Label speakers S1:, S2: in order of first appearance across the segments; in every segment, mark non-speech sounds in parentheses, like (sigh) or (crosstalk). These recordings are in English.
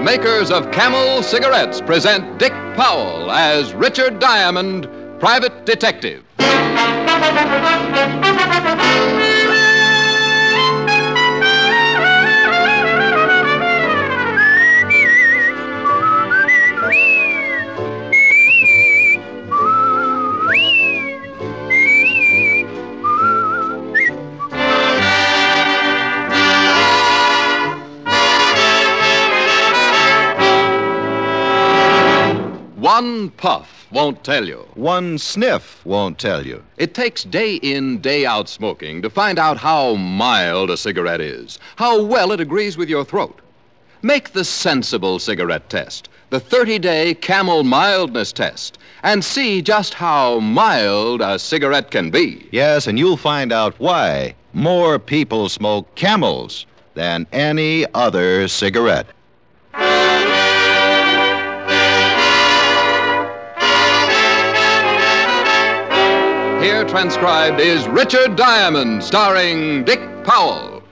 S1: makers of Camel cigarettes present Dick Powell as Richard Diamond, private detective. One puff won't tell you.
S2: One sniff won't tell you.
S1: It takes day in, day out smoking to find out how mild a cigarette is, how well it agrees with your throat. Make the sensible cigarette test, the 30 day camel mildness test, and see just how mild a cigarette can be.
S2: Yes, and you'll find out why more people smoke camels than any other cigarette.
S1: Here transcribed is Richard Diamond, starring Dick Powell.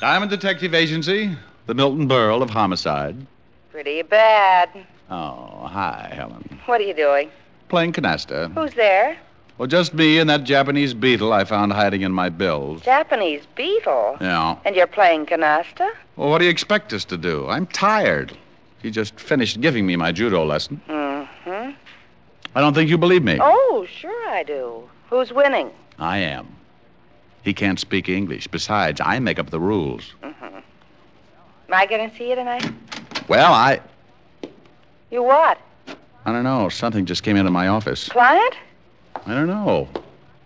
S3: Diamond Detective Agency, the Milton Berle of Homicide.
S4: Pretty bad.
S3: Oh, hi, Helen.
S4: What are you doing?
S3: Playing canasta.
S4: Who's there?
S3: Well, just me and that Japanese beetle I found hiding in my bills.
S4: Japanese beetle.
S3: Yeah.
S4: And you're playing canasta?
S3: Well, what do you expect us to do? I'm tired. She just finished giving me my judo lesson.
S4: Mm-hmm.
S3: I don't think you believe me.
S4: Oh, sure I do. Who's winning?
S3: I am. He can't speak English. Besides, I make up the rules.
S4: Am I going to see you tonight?
S3: Well, I.
S4: You what?
S3: I don't know. Something just came into my office.
S4: Client?
S3: I don't know.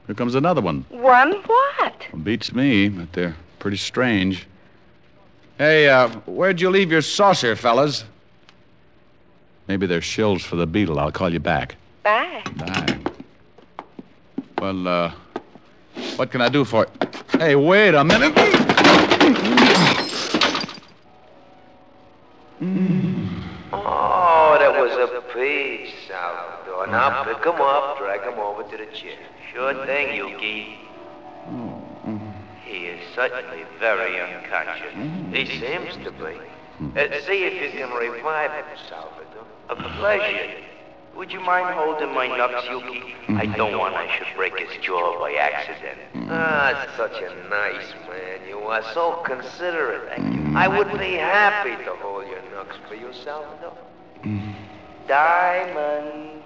S3: Here comes another one.
S4: One what?
S3: Beats me, but they're pretty strange. Hey, uh, where'd you leave your saucer, fellas? Maybe they're shills for the beetle. I'll call you back.
S4: Bye.
S3: Bye. Well, uh, what can I do for it? Hey, wait a minute.
S5: Oh, that was a piece, Salvador. Now pick 'em up, drag 'em over to the chair. Sure thing, Yuki. He is certainly very unconscious. He seems to be. Uh, see if you can revive him, Salvador. A pleasure. Would you mind holding my nuts, Yuki? I don't want I should break his jaw by accident. Ah, such a nice man. You are so considerate. I would be happy to hold your nuts for you, Salvador. Diamond.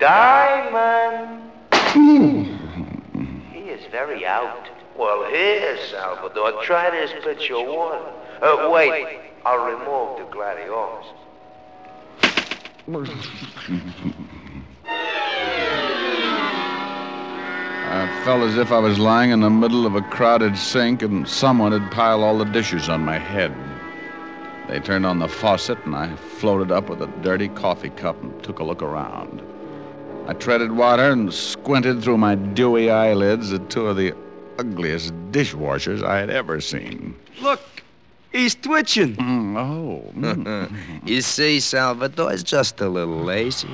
S5: Diamond. He is very out. Well, here, Salvador, try this pitch of water. Uh, wait, I'll remove the gladioles.
S3: I felt as if I was lying in the middle of a crowded sink and someone had piled all the dishes on my head. They turned on the faucet and I floated up with a dirty coffee cup and took a look around. I treaded water and squinted through my dewy eyelids at two of the ugliest dishwashers I had ever seen.
S6: Look, he's twitching.
S3: Mm, oh.
S5: (laughs)
S3: mm.
S6: (laughs) You see, Salvador is just a little lazy.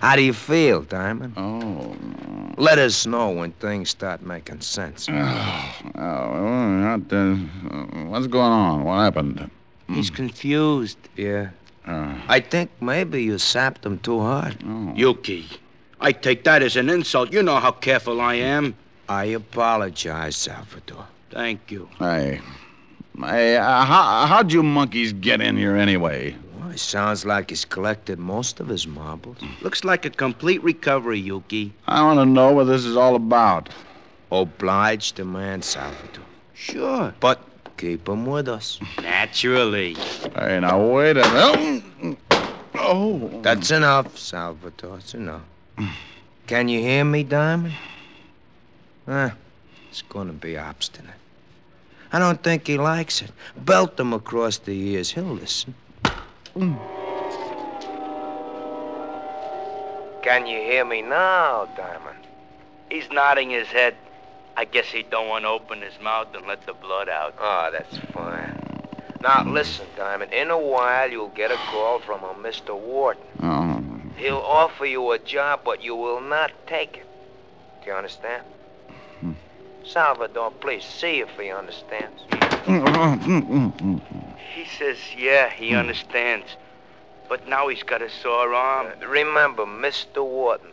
S6: How do you feel, Diamond?
S3: oh.
S6: Let us know when things start making sense.
S7: Mm-hmm.
S3: Oh, well, not, uh, what's going on? What happened?
S7: He's confused.
S6: Yeah.
S3: Uh,
S6: I think maybe you sapped him too hard.
S3: oh.
S7: Yuki, I take that as an insult. You know how careful I am.
S6: I apologize, Salvador.
S7: Thank you.
S3: Hey, hey uh, how, how'd you monkeys get in here anyway?
S6: Well, he sounds like he's collected most of his marbles.
S7: Looks like a complete recovery, Yuki.
S3: I want to know what this is all about.
S6: Obliged the man, Salvador.
S7: Sure.
S6: But keep him with us.
S7: Naturally.
S3: Hey, now wait a minute. Oh,
S6: That's enough, Salvatore. That's
S5: (sighs)
S6: enough. Can you hear me, Diamond? Huh? He's gonna be obstinate. I don't think he likes it. Belt him across the ears. He'll
S5: (clears throat)
S6: listen. Can you hear me now, Diamond?
S5: He's nodding his head. I guess he don't want to open his mouth and let the blood out.
S6: Oh, that's Ah, fine.
S5: Now, listen, Diamond. In a while, you'll get a call from a Mr. Wharton.
S3: Oh,
S5: He'll offer you a job, but you will not take it. Do you understand? Salvador, please see if he understands.
S7: He says, yeah, he understands. But now he's got a sore arm.
S5: Uh, Remember, Mr. Wharton,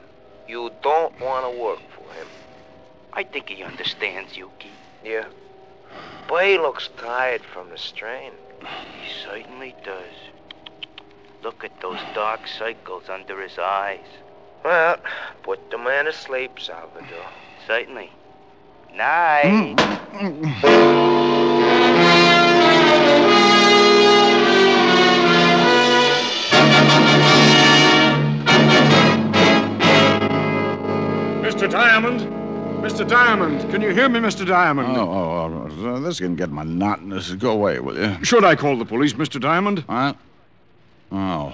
S5: you don't want to work for him.
S7: I think he understands, Yuki.
S5: Yeah? But he looks tired from the strain.
S7: He certainly does. Look at those dark circles under his eyes.
S5: Well, put the man asleep, Salvador.
S7: Certainly. Night.
S8: Mr. Diamond? Mr. Diamond, can you hear me, Mr.
S3: oh,
S8: Diamond?
S3: oh, oh, this can get monotonous. Go away, will you?
S8: Should I call the police, Mr. Diamond?
S3: What? Oh.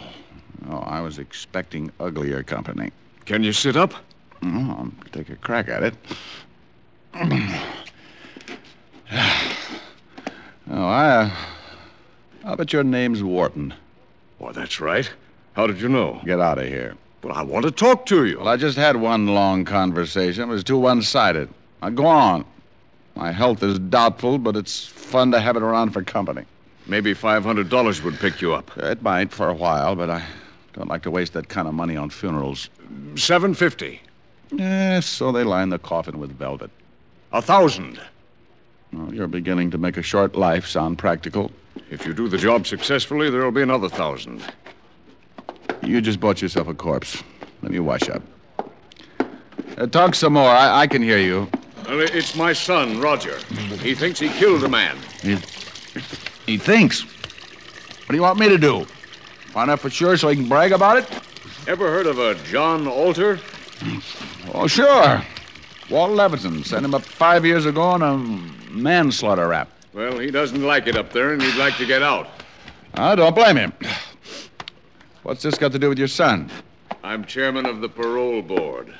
S3: Oh, I was expecting uglier company.
S8: Can you sit up?
S3: Oh, I'll take a crack at it. (clears throat) oh, I. Uh, I bet your name's Wharton.
S8: Why, that's right. How did you know?
S3: Get out of here.
S8: Well, I want to talk to you.
S3: Well, I just had one long conversation. It was too one sided. Now, go on. My health is doubtful, but it's fun to have it around for company.
S8: Maybe $500 would pick you up.
S3: It might for a while, but I don't like to waste that kind of money on funerals.
S8: 750.
S3: Eh, so they line the coffin with velvet.
S8: A thousand.
S3: Oh, you're beginning to make a short life sound practical.
S8: If you do the job successfully, there'll be another thousand.
S3: You just bought yourself a corpse. Let me wash up. Uh, talk some more. I, I can hear you.
S8: Well, i- it's my son, Roger. He thinks he killed a man.
S3: He thinks. What do you want me to do? Find out for sure so he can brag about it?
S8: Ever heard of a John Alter?
S3: Oh, sure. Walt Levinson sent him up five years ago on a manslaughter rap.
S8: Well, he doesn't like it up there, and he'd like to get out.
S3: I don't blame him. What's this got to do with your son?
S8: I'm chairman of the parole board.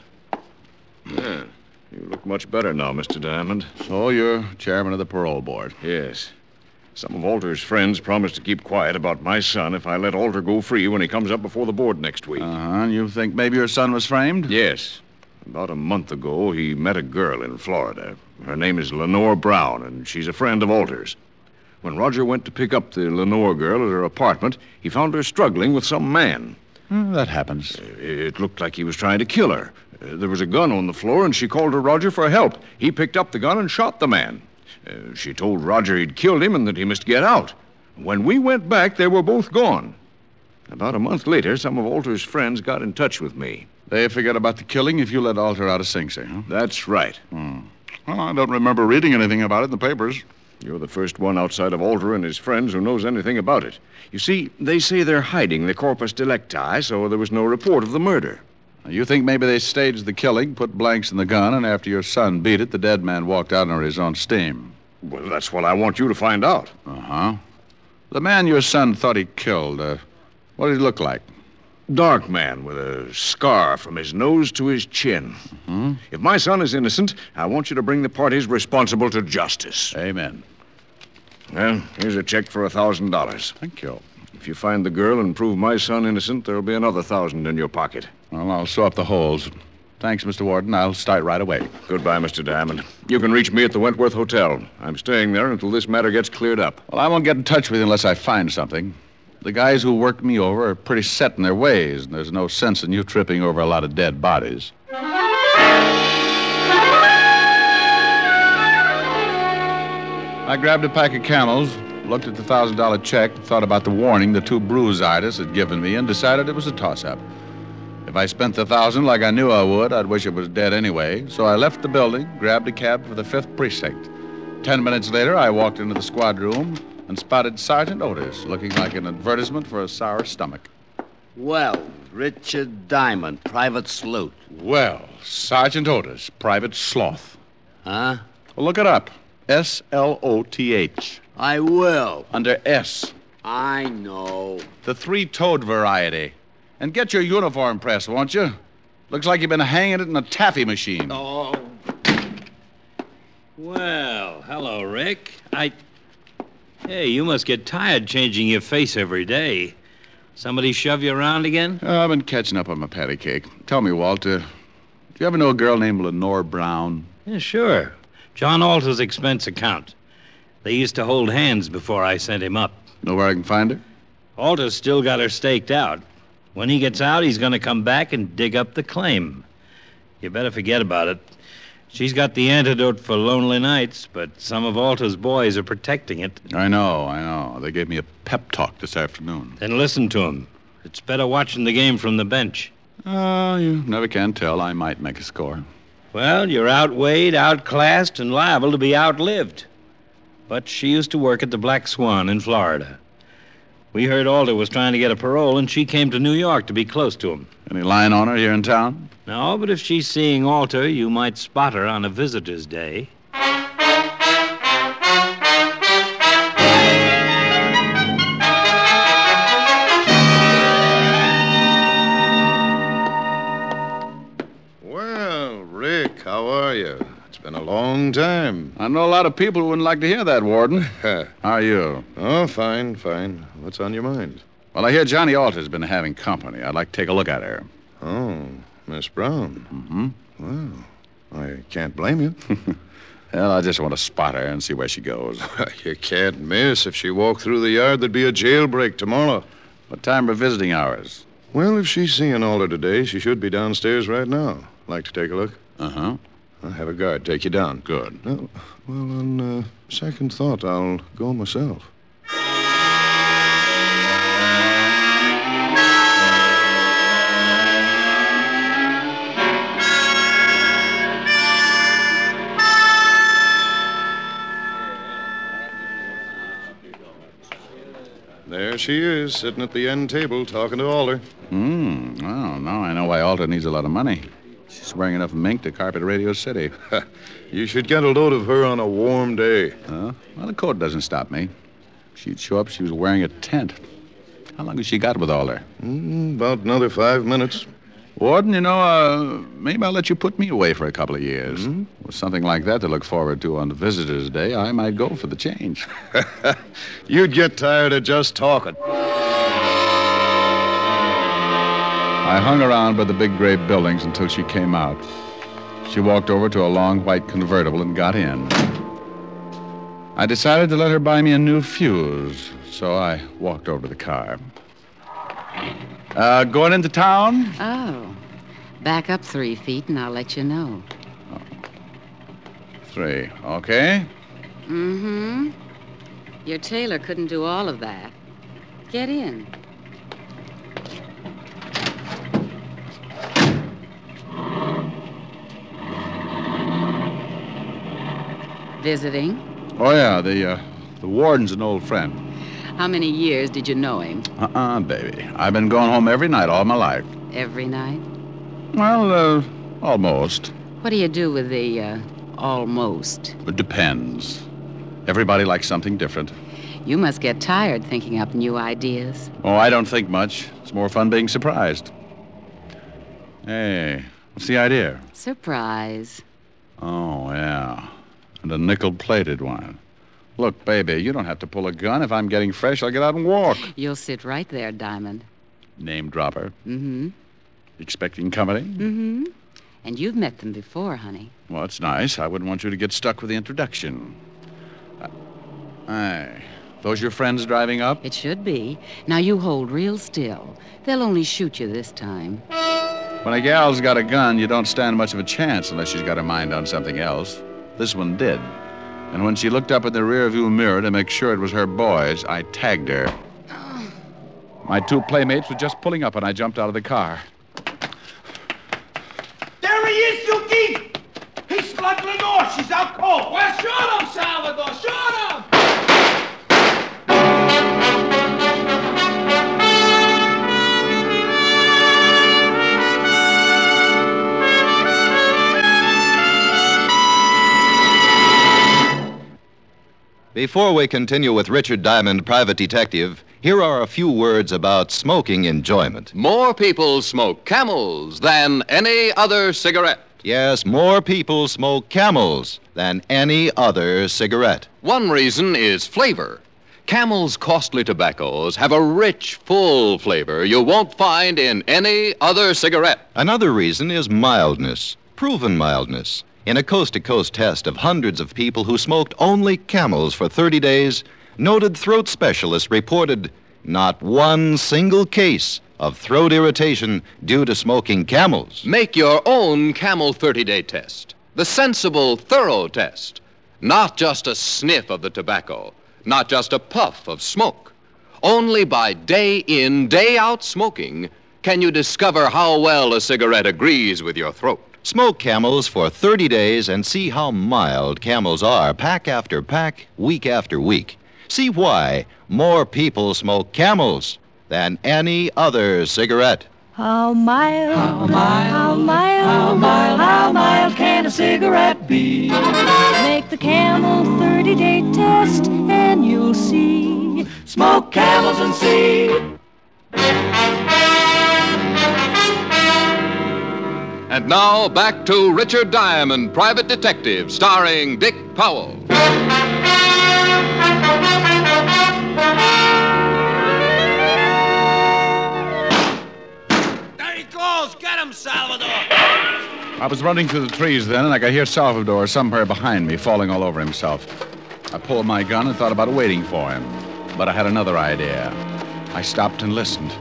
S8: Yeah, Hmm. you look much better now, Mr. Diamond.
S3: Oh, you're chairman of the parole board.
S8: Yes. Some of Alter's friends promised to keep quiet about my son if I let Alter go free when he comes up before the board next week.
S3: Uh huh. You think maybe your son was framed?
S8: Yes. About a month ago, he met a girl in Florida. Her name is Lenore Brown, and she's a friend of Alter's. When Roger went to pick up the Lenore girl at her apartment, he found her struggling with some man.
S3: Hmm, that happens.
S8: It looked like he was trying to kill her. Uh, There was a gun on the floor, and she called to Roger for help. He picked up the gun and shot the man. Uh, she told Roger he'd killed him and that he must get out. When we went back, they were both gone. About a month later, some of Alter's friends got in touch with me.
S3: They forget about the killing if you let Alter out of Sing Sing, huh? Hmm.
S8: That's right.
S3: Well, I don't remember reading anything about it in the papers.
S8: You're the first one outside of Alter and his friends who knows anything about it. You see, they say they're hiding the corpus delicti, so there was no report of the murder.
S3: You think maybe they staged the killing, put blanks in the gun, and after your son beat it, the dead man walked out on his own steam.
S8: Well, that's what I want you to find out.
S3: Uh huh. The man your son thought he killed, uh, what did he look like?
S8: Dark man with a scar from his nose to his chin.
S3: Mm-hmm.
S8: If my son is innocent, I want you to bring the parties responsible to justice.
S3: Amen.
S8: Well, here's a check for a thousand dollars.
S3: Thank you.
S8: If you find the girl and prove my son innocent, there'll be another thousand in your pocket.
S3: Well, I'll sew up the holes. Thanks, Mr. Warden. I'll start right away.
S8: Goodbye, Mr. Diamond. You can reach me at the Wentworth Hotel. I'm staying there until this matter gets cleared up.
S3: Well, I won't get in touch with you unless I find something. The guys who worked me over are pretty set in their ways, and there's no sense in you tripping over a lot of dead bodies. I grabbed a pack of camels, looked at the $1,000 check, thought about the warning the two bruise artists had given me, and decided it was a toss up. If I spent the thousand like I knew I would, I'd wish it was dead anyway. So I left the building, grabbed a cab for the fifth precinct. Ten minutes later, I walked into the squad room and spotted Sergeant Otis looking like an advertisement for a sour stomach.
S9: Well, Richard Diamond, Private Sloot.
S3: Well, Sergeant Otis, Private Sloth.
S9: Huh?
S3: Well, look it up. S L O T H.
S9: I will.
S3: Under S.
S9: I know.
S3: The three toed variety. And get your uniform pressed, won't you? Looks like you've been hanging it in a taffy machine.
S9: Oh. Well, hello, Rick. I.
S5: Hey, you must get tired changing your face every day. Somebody shove you around again?
S3: Uh, I've been catching up on my patty cake. Tell me, Walt, uh, do you ever know a girl named Lenore Brown?
S5: Yeah, sure. John Alter's expense account. They used to hold hands before I sent him up.
S3: Know where I can find her?
S5: Alter's still got her staked out. When he gets out, he's going to come back and dig up the claim. You better forget about it. She's got the antidote for lonely nights, but some of Alter's boys are protecting it.
S3: I know, I know. They gave me a pep talk this afternoon.
S5: Then listen to him. It's better watching the game from the bench.
S3: Oh, you never can tell. I might make a score.
S5: Well, you're outweighed, outclassed, and liable to be outlived. But she used to work at the Black Swan in Florida. We heard Alder was trying to get a parole, and she came to New York to be close to him.
S3: Any line on her here in town?
S5: No, but if she's seeing Alter, you might spot her on a visitor's day.
S8: Well, Rick, how are you? It's been a long time.
S3: I know a lot of people who wouldn't like to hear that,
S8: (laughs)
S3: Warden. How are you?
S8: Oh, fine, fine. What's on your mind?
S3: Well, I hear Johnny Alter's been having company. I'd like to take a look at her.
S8: Oh, Miss Brown.
S3: Mm-hmm.
S8: Well, I can't blame you. (laughs)
S3: Well, I just want to spot her and see where she goes.
S8: (laughs) you can't miss. If she walked through the yard, there'd be a jailbreak tomorrow.
S3: What time are visiting hours?
S8: Well, if she's seeing Alder today, she should be downstairs right now. Like to take a look?
S3: Uh-huh.
S8: I'll have a guard take you down.
S3: Good.
S8: Well, Oh, well on uh, second thought, I'll go myself. There she is, sitting at the end table talking to Alder.
S3: Hmm. Well, now I know why Alter needs a lot of money. She's wearing enough mink to carpet Radio City. (laughs)
S8: you should get a load of her on a warm day.
S3: Huh? Well, the code doesn't stop me. She'd show up, she was wearing a tent. How long has she got with Alder?
S8: Mm, about another five minutes.
S3: Warden, you know, uh, maybe I'll let you put me away for a couple of years.
S8: Hmm?
S3: With something like that to look forward to on Visitor's Day, I might go for the change.
S8: (laughs) You'd get tired of just talking.
S3: I hung around by the big gray buildings until she came out. She walked over to a long white convertible and got in. I decided to let her buy me a new fuse, so I walked over to the car. Uh, going into town?
S10: Oh. Back up three feet and I'll let you know.
S3: Three. Okay.
S10: Mm-hmm. Your tailor couldn't do all of that. Get in. Visiting?
S3: Oh, yeah, the, uh, the warden's an old friend.
S10: How many years did you know him?
S3: Uh-uh, baby. I've been going home every night all my life.
S10: Every night?
S3: Well, uh, almost.
S10: What do you do with the, uh, almost?
S3: It depends. Everybody likes something different.
S10: You must get tired thinking up new ideas.
S3: Oh, I don't think much. It's more fun being surprised. Hey, what's the idea?
S10: Surprise.
S3: Oh, yeah. And a nickel plated one. Look, baby, you don't have to pull a gun. If I'm getting fresh, I'll get out and walk.
S10: You'll sit right there, Diamond.
S3: Name dropper.
S10: Mm-hmm.
S3: Expecting company?
S10: Mm-hmm. And you've met them before, honey.
S3: Well, it's nice. I wouldn't want you to get stuck with the introduction. Aye. Those your friends driving up?
S10: It should be. Now you hold real still. They'll only shoot you this time.
S3: When a gal's got a gun, you don't stand much of a chance unless she's got her mind on something else. This one did. And when she looked up in the rearview mirror to make sure it was her boys, I tagged her. My two playmates were just pulling up, and I jumped out of the car.
S11: There he is, Yuki! He slugged Lenore. She's out cold. Well, shoot him, Salvador. Shoot him!
S8: Before we continue with Richard Diamond, Private Detective, here are a few words about smoking enjoyment.
S12: More people smoke camels than any other cigarette.
S8: Yes, more people smoke camels than any other cigarette.
S12: One reason is flavor.
S1: Camel's costly tobaccos have a rich, full flavor you won't find in any other cigarette.
S2: Another reason is mildness, proven mildness. In a coast to coast test of hundreds of people who smoked only camels for 30 days, noted throat specialists reported not one single case of throat irritation due to smoking camels.
S1: Make your own Camel 30 day test, the sensible, thorough test. Not just a sniff of the tobacco, not just a puff of smoke. Only by day in, day out smoking can you discover how well a cigarette agrees with your throat.
S2: Smoke camels for 30 days and see how mild camels are, pack after pack, week after week. See why more people smoke camels than any other cigarette.
S13: How mild, how mild, how mild, how mild, how mild can a cigarette be? Make the camel 30 day test and you'll see. Smoke camels and see.
S1: And now back to Richard Diamond, Private Detective, starring Dick Powell.
S14: There he goes! Get him, Salvador!
S3: I was running through the trees then, and I could hear Salvador somewhere behind me falling all over himself. I pulled my gun and thought about waiting for him, but I had another idea. I stopped and listened.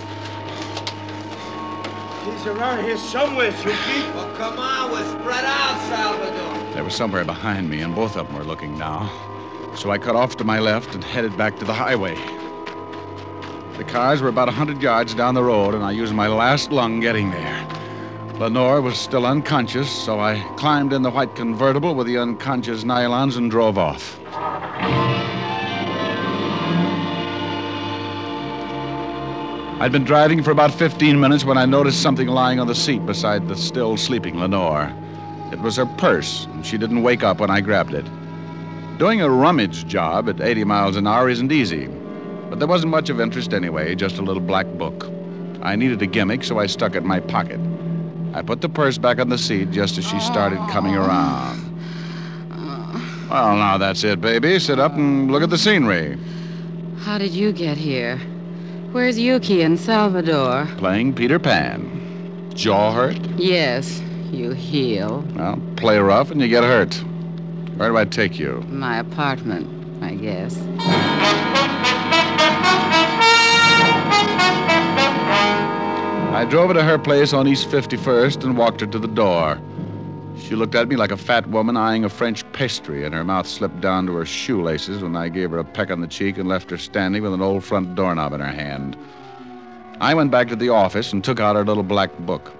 S14: He's around here somewhere, Shuki. Well, come on, we're spread out, Salvador.
S3: They were somewhere behind me, and both of them were looking now. So I cut off to my left and headed back to the highway. The cars were about a 100 yards down the road, and I used my last lung getting there. Lenore was still unconscious, so I climbed in the white convertible with the unconscious nylons and drove off. I'd been driving for about 15 minutes when I noticed something lying on the seat beside the still sleeping Lenore. It was her purse, and she didn't wake up when I grabbed it. Doing a rummage job at 80 miles an hour isn't easy, but there wasn't much of interest anyway, just a little black book. I needed a gimmick, so I stuck it in my pocket. I put the purse back on the seat just as she started coming around. Well, now that's it, baby. Sit up and look at the scenery.
S10: How did you get here? Where's Yuki and Salvador?
S3: Playing Peter Pan. Jaw hurt?
S10: Yes, you heel.
S3: Well, play rough and you get hurt. Where do I take you?
S10: My apartment, I guess.
S3: I drove her to her place on East 51st and walked her to the door. She looked at me like a fat woman eyeing a French pastry, and her mouth slipped down to her shoelaces when I gave her a peck on the cheek and left her standing with an old front doorknob in her hand. I went back to the office and took out her little black book.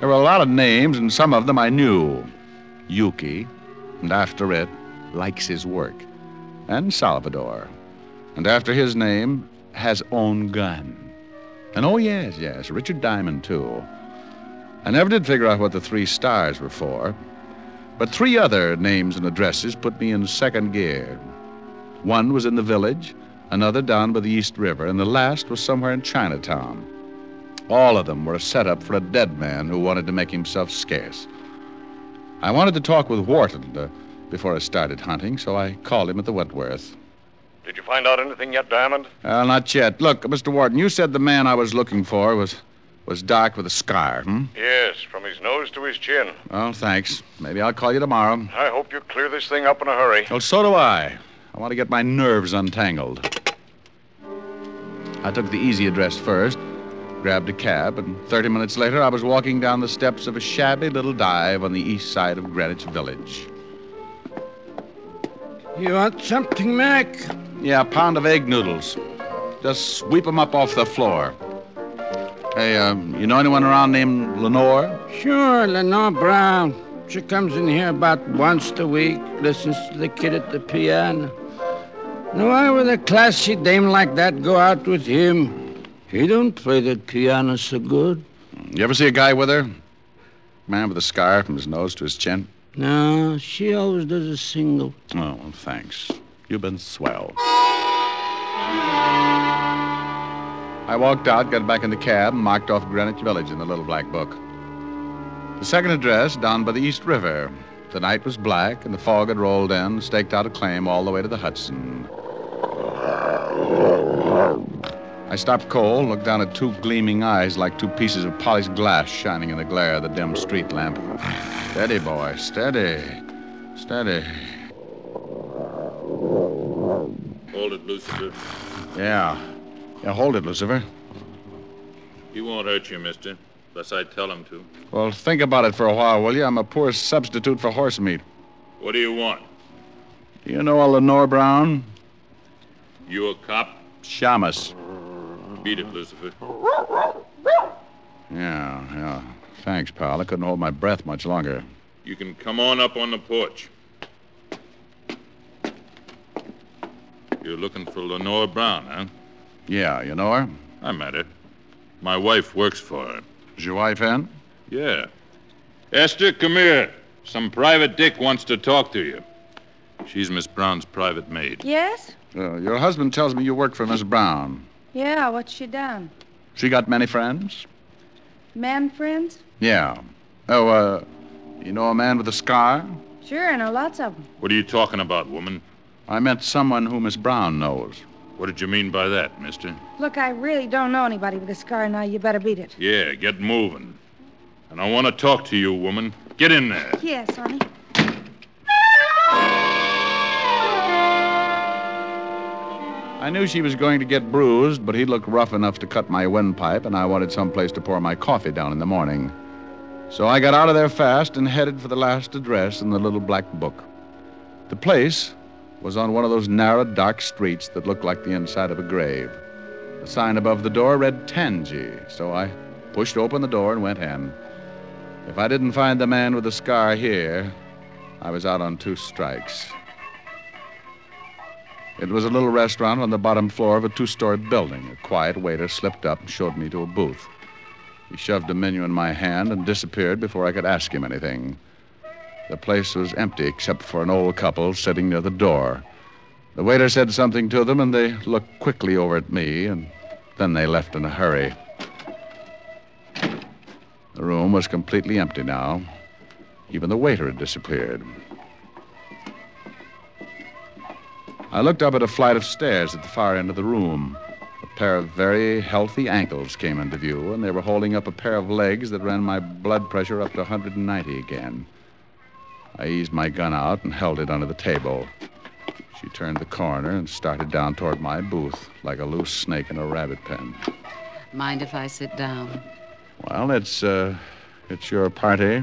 S3: There were a lot of names, and some of them I knew. Yuki, and after it, likes his work, and Salvador, and after his name, has own gun. And oh, yes, yes, Richard Diamond, too. I never did figure out what the three stars were for, but three other names and addresses put me in second gear. One was in the village, another down by the East River, and the last was somewhere in Chinatown. All of them were a setup for a dead man who wanted to make himself scarce. I wanted to talk with Wharton uh, before I started hunting, so I called him at the Wentworth.
S15: Did you find out anything yet, Diamond?
S3: Uh, not yet. Look, Mr. Wharton, you said the man I was looking for was was dark with a scar, hmm?
S15: Yes, from his nose to his chin.
S3: Well, thanks. Maybe I'll call you tomorrow.
S15: I hope you clear this thing up in a hurry.
S3: Well, so do I. I want to get my nerves untangled. I took the easy address first, grabbed a cab, and 30 minutes later I was walking down the steps of a shabby little dive on the east side of Greenwich Village.
S16: You want something, Mac?
S3: Yeah, a pound of egg noodles. Just sweep 'em up off the floor. Hey, um, you know anyone around named Lenore?
S16: Sure, Lenore Brown. She comes in here about once a week, listens to the kid at the piano. Now, why would a classy dame like that go out with him? He don't play that piano so good.
S3: You ever see a guy with her? Man with a scar from his nose to his chin?
S16: No, she always does a single.
S3: Oh, well, thanks. You've been swell. I walked out, got back in the cab, and marked off Greenwich Village in the little black book. The second address, down by the East River. The night was black, and the fog had rolled in, staked out a claim all the way to the Hudson. I stopped cold, looked down at two gleaming eyes like two pieces of polished glass shining in the glare of the dim street lamp. Steady, boy, steady. Steady.
S17: Hold it, Lucifer.
S3: Yeah. Yeah, hold it, Lucifer.
S17: He won't hurt you, mister, unless I tell him to.
S3: Well, think about it for a while, will you? I'm a poor substitute for horse meat.
S17: What do you want?
S3: Do you know a Lenore Brown?
S17: You a cop?
S3: Shamus.
S17: Beat it, Lucifer.
S3: Yeah, yeah. Thanks, pal. I couldn't hold my breath much longer.
S17: You can come on up on the porch. You're looking for Lenore Brown, huh?
S3: Yeah, you know her?
S17: I met her. My wife works for her.
S3: Is your wife in?
S17: Yeah. Esther, come here. Some private dick wants to talk to you. She's Miss Brown's private maid.
S18: Yes?
S3: Uh, your husband tells me you work for Miss Brown.
S18: Yeah, what's she done?
S3: She got many friends?
S18: Man friends?
S3: Yeah. Oh, uh, you know a man with a scar?
S18: Sure, I know lots of 'em.
S17: What are you talking about, woman?
S3: I meant someone who Miss Brown knows.
S17: What did you mean by that, mister?
S18: Look, I really don't know anybody with a scar now. You better beat it.
S17: Yeah, get moving. And I want to talk to you, woman. Get in there.
S18: Yes, honey.
S3: I knew she was going to get bruised, but he looked rough enough to cut my windpipe, and I wanted some place to pour my coffee down in the morning. So I got out of there fast and headed for the last address in the little black book. The place was on one of those narrow, dark streets that looked like the inside of a grave. The sign above the door read Tangy, so I pushed open the door and went in. If I didn't find the man with the scar here, I was out on two strikes. It was a little restaurant on the bottom floor of a two story building. A quiet waiter slipped up and showed me to a booth. He shoved a menu in my hand and disappeared before I could ask him anything. The place was empty except for an old couple sitting near the door. The waiter said something to them, and they looked quickly over at me, and then they left in a hurry. The room was completely empty now. Even the waiter had disappeared. I looked up at a flight of stairs at the far end of the room. A pair of very healthy ankles came into view, and they were holding up a pair of legs that ran my blood pressure up to 190 again. I eased my gun out and held it under the table. She turned the corner and started down toward my booth like a loose snake in a rabbit pen.
S10: Mind if I sit down?
S3: Well, it's uh, it's your party.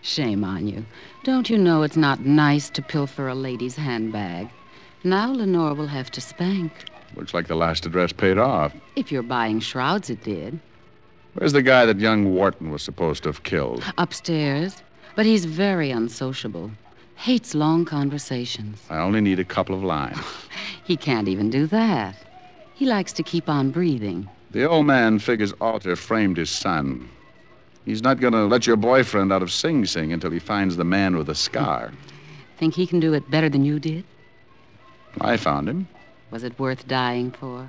S10: Shame on you. Don't you know it's not nice to pilfer a lady's handbag? Now Lenore will have to spank.
S3: Looks like the last address paid off.
S10: If you're buying shrouds, it did.
S3: Where's the guy that young Wharton was supposed to have killed?
S10: Upstairs. But he's very unsociable. Hates long conversations.
S3: I only need a couple of lines.
S10: He can't even do that. He likes to keep on breathing.
S3: The old man figures Alter framed his son. He's not going to let your boyfriend out of Sing Sing until he finds the man with the scar.
S10: Think he can do it better than you did?
S3: I found him.
S10: Was it worth dying for?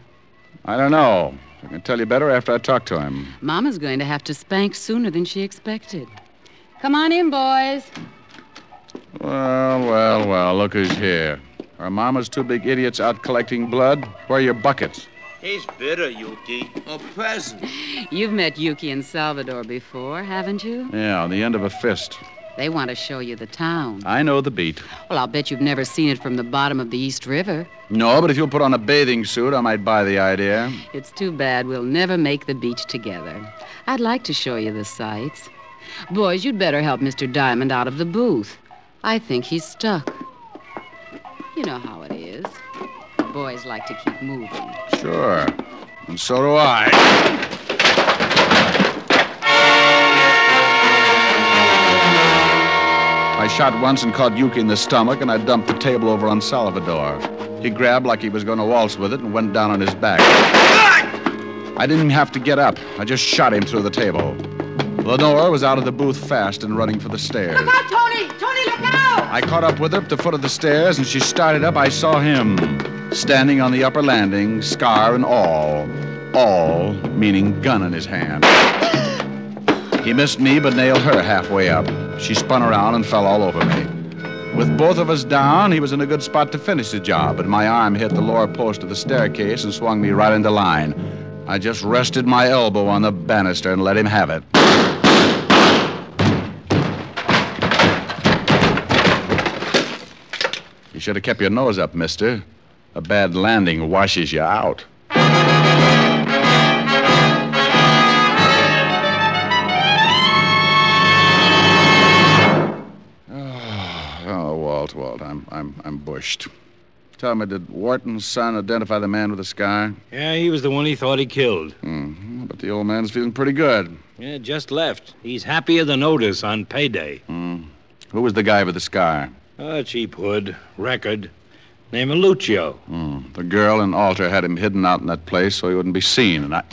S3: I don't know. I can tell you better after I talk to him.
S10: Mama's going to have to spank sooner than she expected. Come on in, boys.
S3: Well, well, well, look who's here. Our mama's two big idiots out collecting blood. Where are your buckets?
S7: He's bitter, Yuki. A peasant.
S10: You've met Yuki and Salvador before, haven't you?
S3: Yeah, on the end of a fist.
S10: They want to show you the town.
S3: I know the beat.
S10: Well, I'll bet you've never seen it from the bottom of the East River.
S3: No, but if you'll put on a bathing suit, I might buy the idea.
S10: It's too bad we'll never make the beach together. I'd like to show you the sights. Boys, you'd better help Mr. Diamond out of the booth. I think he's stuck. You know how it is. Boys like to keep moving.
S3: Sure. And so do I. I shot once and caught Yuki in the stomach, and I dumped the table over on Salvador. He grabbed like he was going to waltz with it and went down on his back. I didn't have to get up. I just shot him through the table. Lenore was out of the booth fast and running for the stairs.
S13: Look out, Tony! Tony, look out!
S3: I caught up with her at the foot of the stairs, and she started up. I saw him standing on the upper landing, scar and all. All meaning gun in his hand. He missed me, but nailed her halfway up. She spun around and fell all over me. With both of us down, he was in a good spot to finish the job, but my arm hit the lower post of the staircase and swung me right into line. I just rested my elbow on the banister and let him have it. You should have kept your nose up, mister. A bad landing washes you out. Oh, Walt, Walt, I'm, I'm, I'm bushed. Tell me, did Wharton's son identify the man with the scar?
S19: Yeah, he was the one he thought he killed.
S3: hmm But the old man's feeling pretty good.
S19: Yeah, just left. He's happier than Otis on payday.
S3: Hmm. Who was the guy with the scar?
S19: A cheap hood, record. Name of Lucio.
S3: Hmm. The girl and Alter had him hidden out in that place so he wouldn't be seen. And I.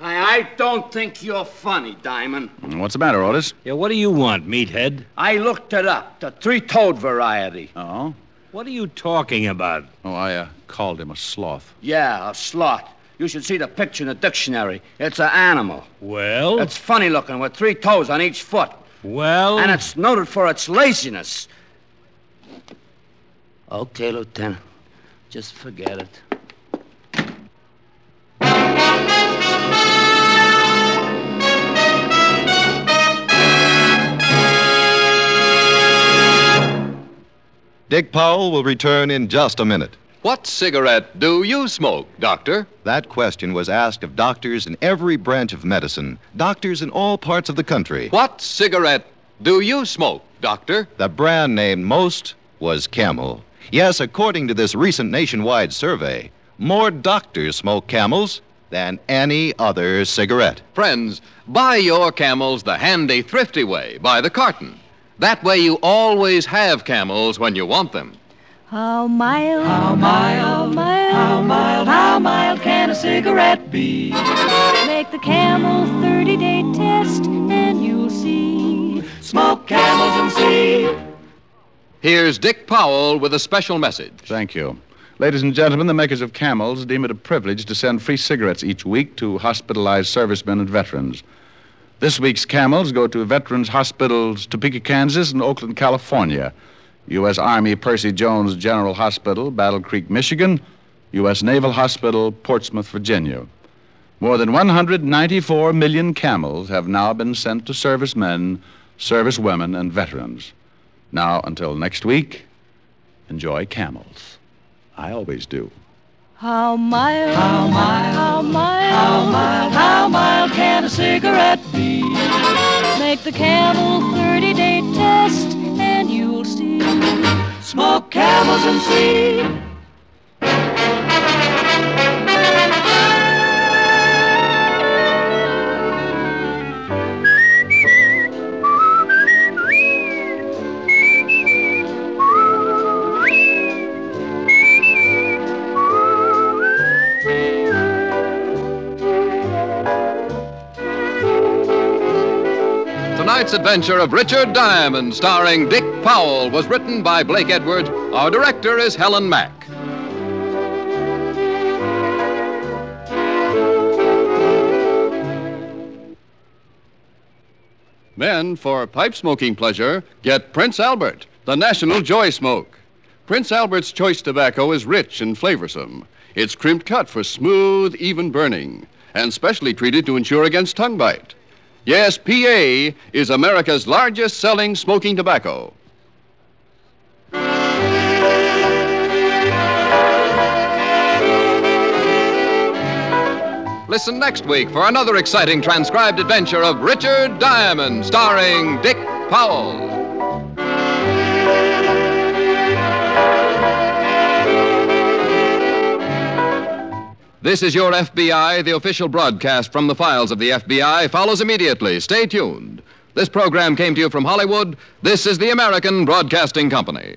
S20: I, I don't think you're funny, Diamond.
S3: What's the matter, Otis?
S19: Yeah, what do you want, meathead?
S20: I looked it up, the three toed variety.
S3: Oh?
S19: What are you talking about?
S3: Oh, I uh, called him a sloth.
S20: Yeah, a sloth. You should see the picture in the dictionary. It's an animal.
S19: Well?
S20: It's funny looking with three toes on each foot.
S19: Well?
S20: And it's noted for its laziness. Okay, Lieutenant. Just forget it.
S21: Dick Powell will return in just a minute.
S1: What cigarette do you smoke, Doctor?
S21: That question was asked of doctors in every branch of medicine, doctors in all parts of the country.
S1: What cigarette do you smoke, Doctor?
S21: The brand name most was Camel. Yes, according to this recent nationwide survey, more doctors smoke camels than any other cigarette.
S1: Friends, buy your camels the handy, thrifty way by the carton. That way you always have camels when you want them.
S22: How mild, how mild, mild, how mild, how mild can a cigarette be? Make the camel 30 day test and you'll see. Smoke camels and see.
S1: Here's Dick Powell with a special message.
S3: Thank you. Ladies and gentlemen, the makers of camels deem it a privilege to send free cigarettes each week to hospitalized servicemen and veterans. This week's camels go to veterans hospitals Topeka, Kansas, and Oakland, California. U.S. Army Percy Jones General Hospital, Battle Creek, Michigan. U.S. Naval Hospital, Portsmouth, Virginia. More than 194 million camels have now been sent to servicemen, servicewomen, and veterans. Now, until next week, enjoy camels. I always do.
S22: How mild, how mild, how mild, how mild, how mild can a cigarette be? Make the camel 30 day test and you'll see. Smoke camels and see.
S1: Tonight's adventure of Richard Diamond, starring Dick Powell, was written by Blake Edwards. Our director is Helen Mack.
S8: Men, for pipe smoking pleasure, get Prince Albert, the national joy smoke. Prince Albert's choice tobacco is rich and flavorsome. It's crimped cut for smooth, even burning, and specially treated to ensure against tongue bite. Yes, PA is America's largest selling smoking tobacco.
S1: Listen next week for another exciting transcribed adventure of Richard Diamond, starring Dick Powell. This is your FBI. The official broadcast from the files of the FBI follows immediately. Stay tuned. This program came to you from Hollywood. This is the American Broadcasting Company.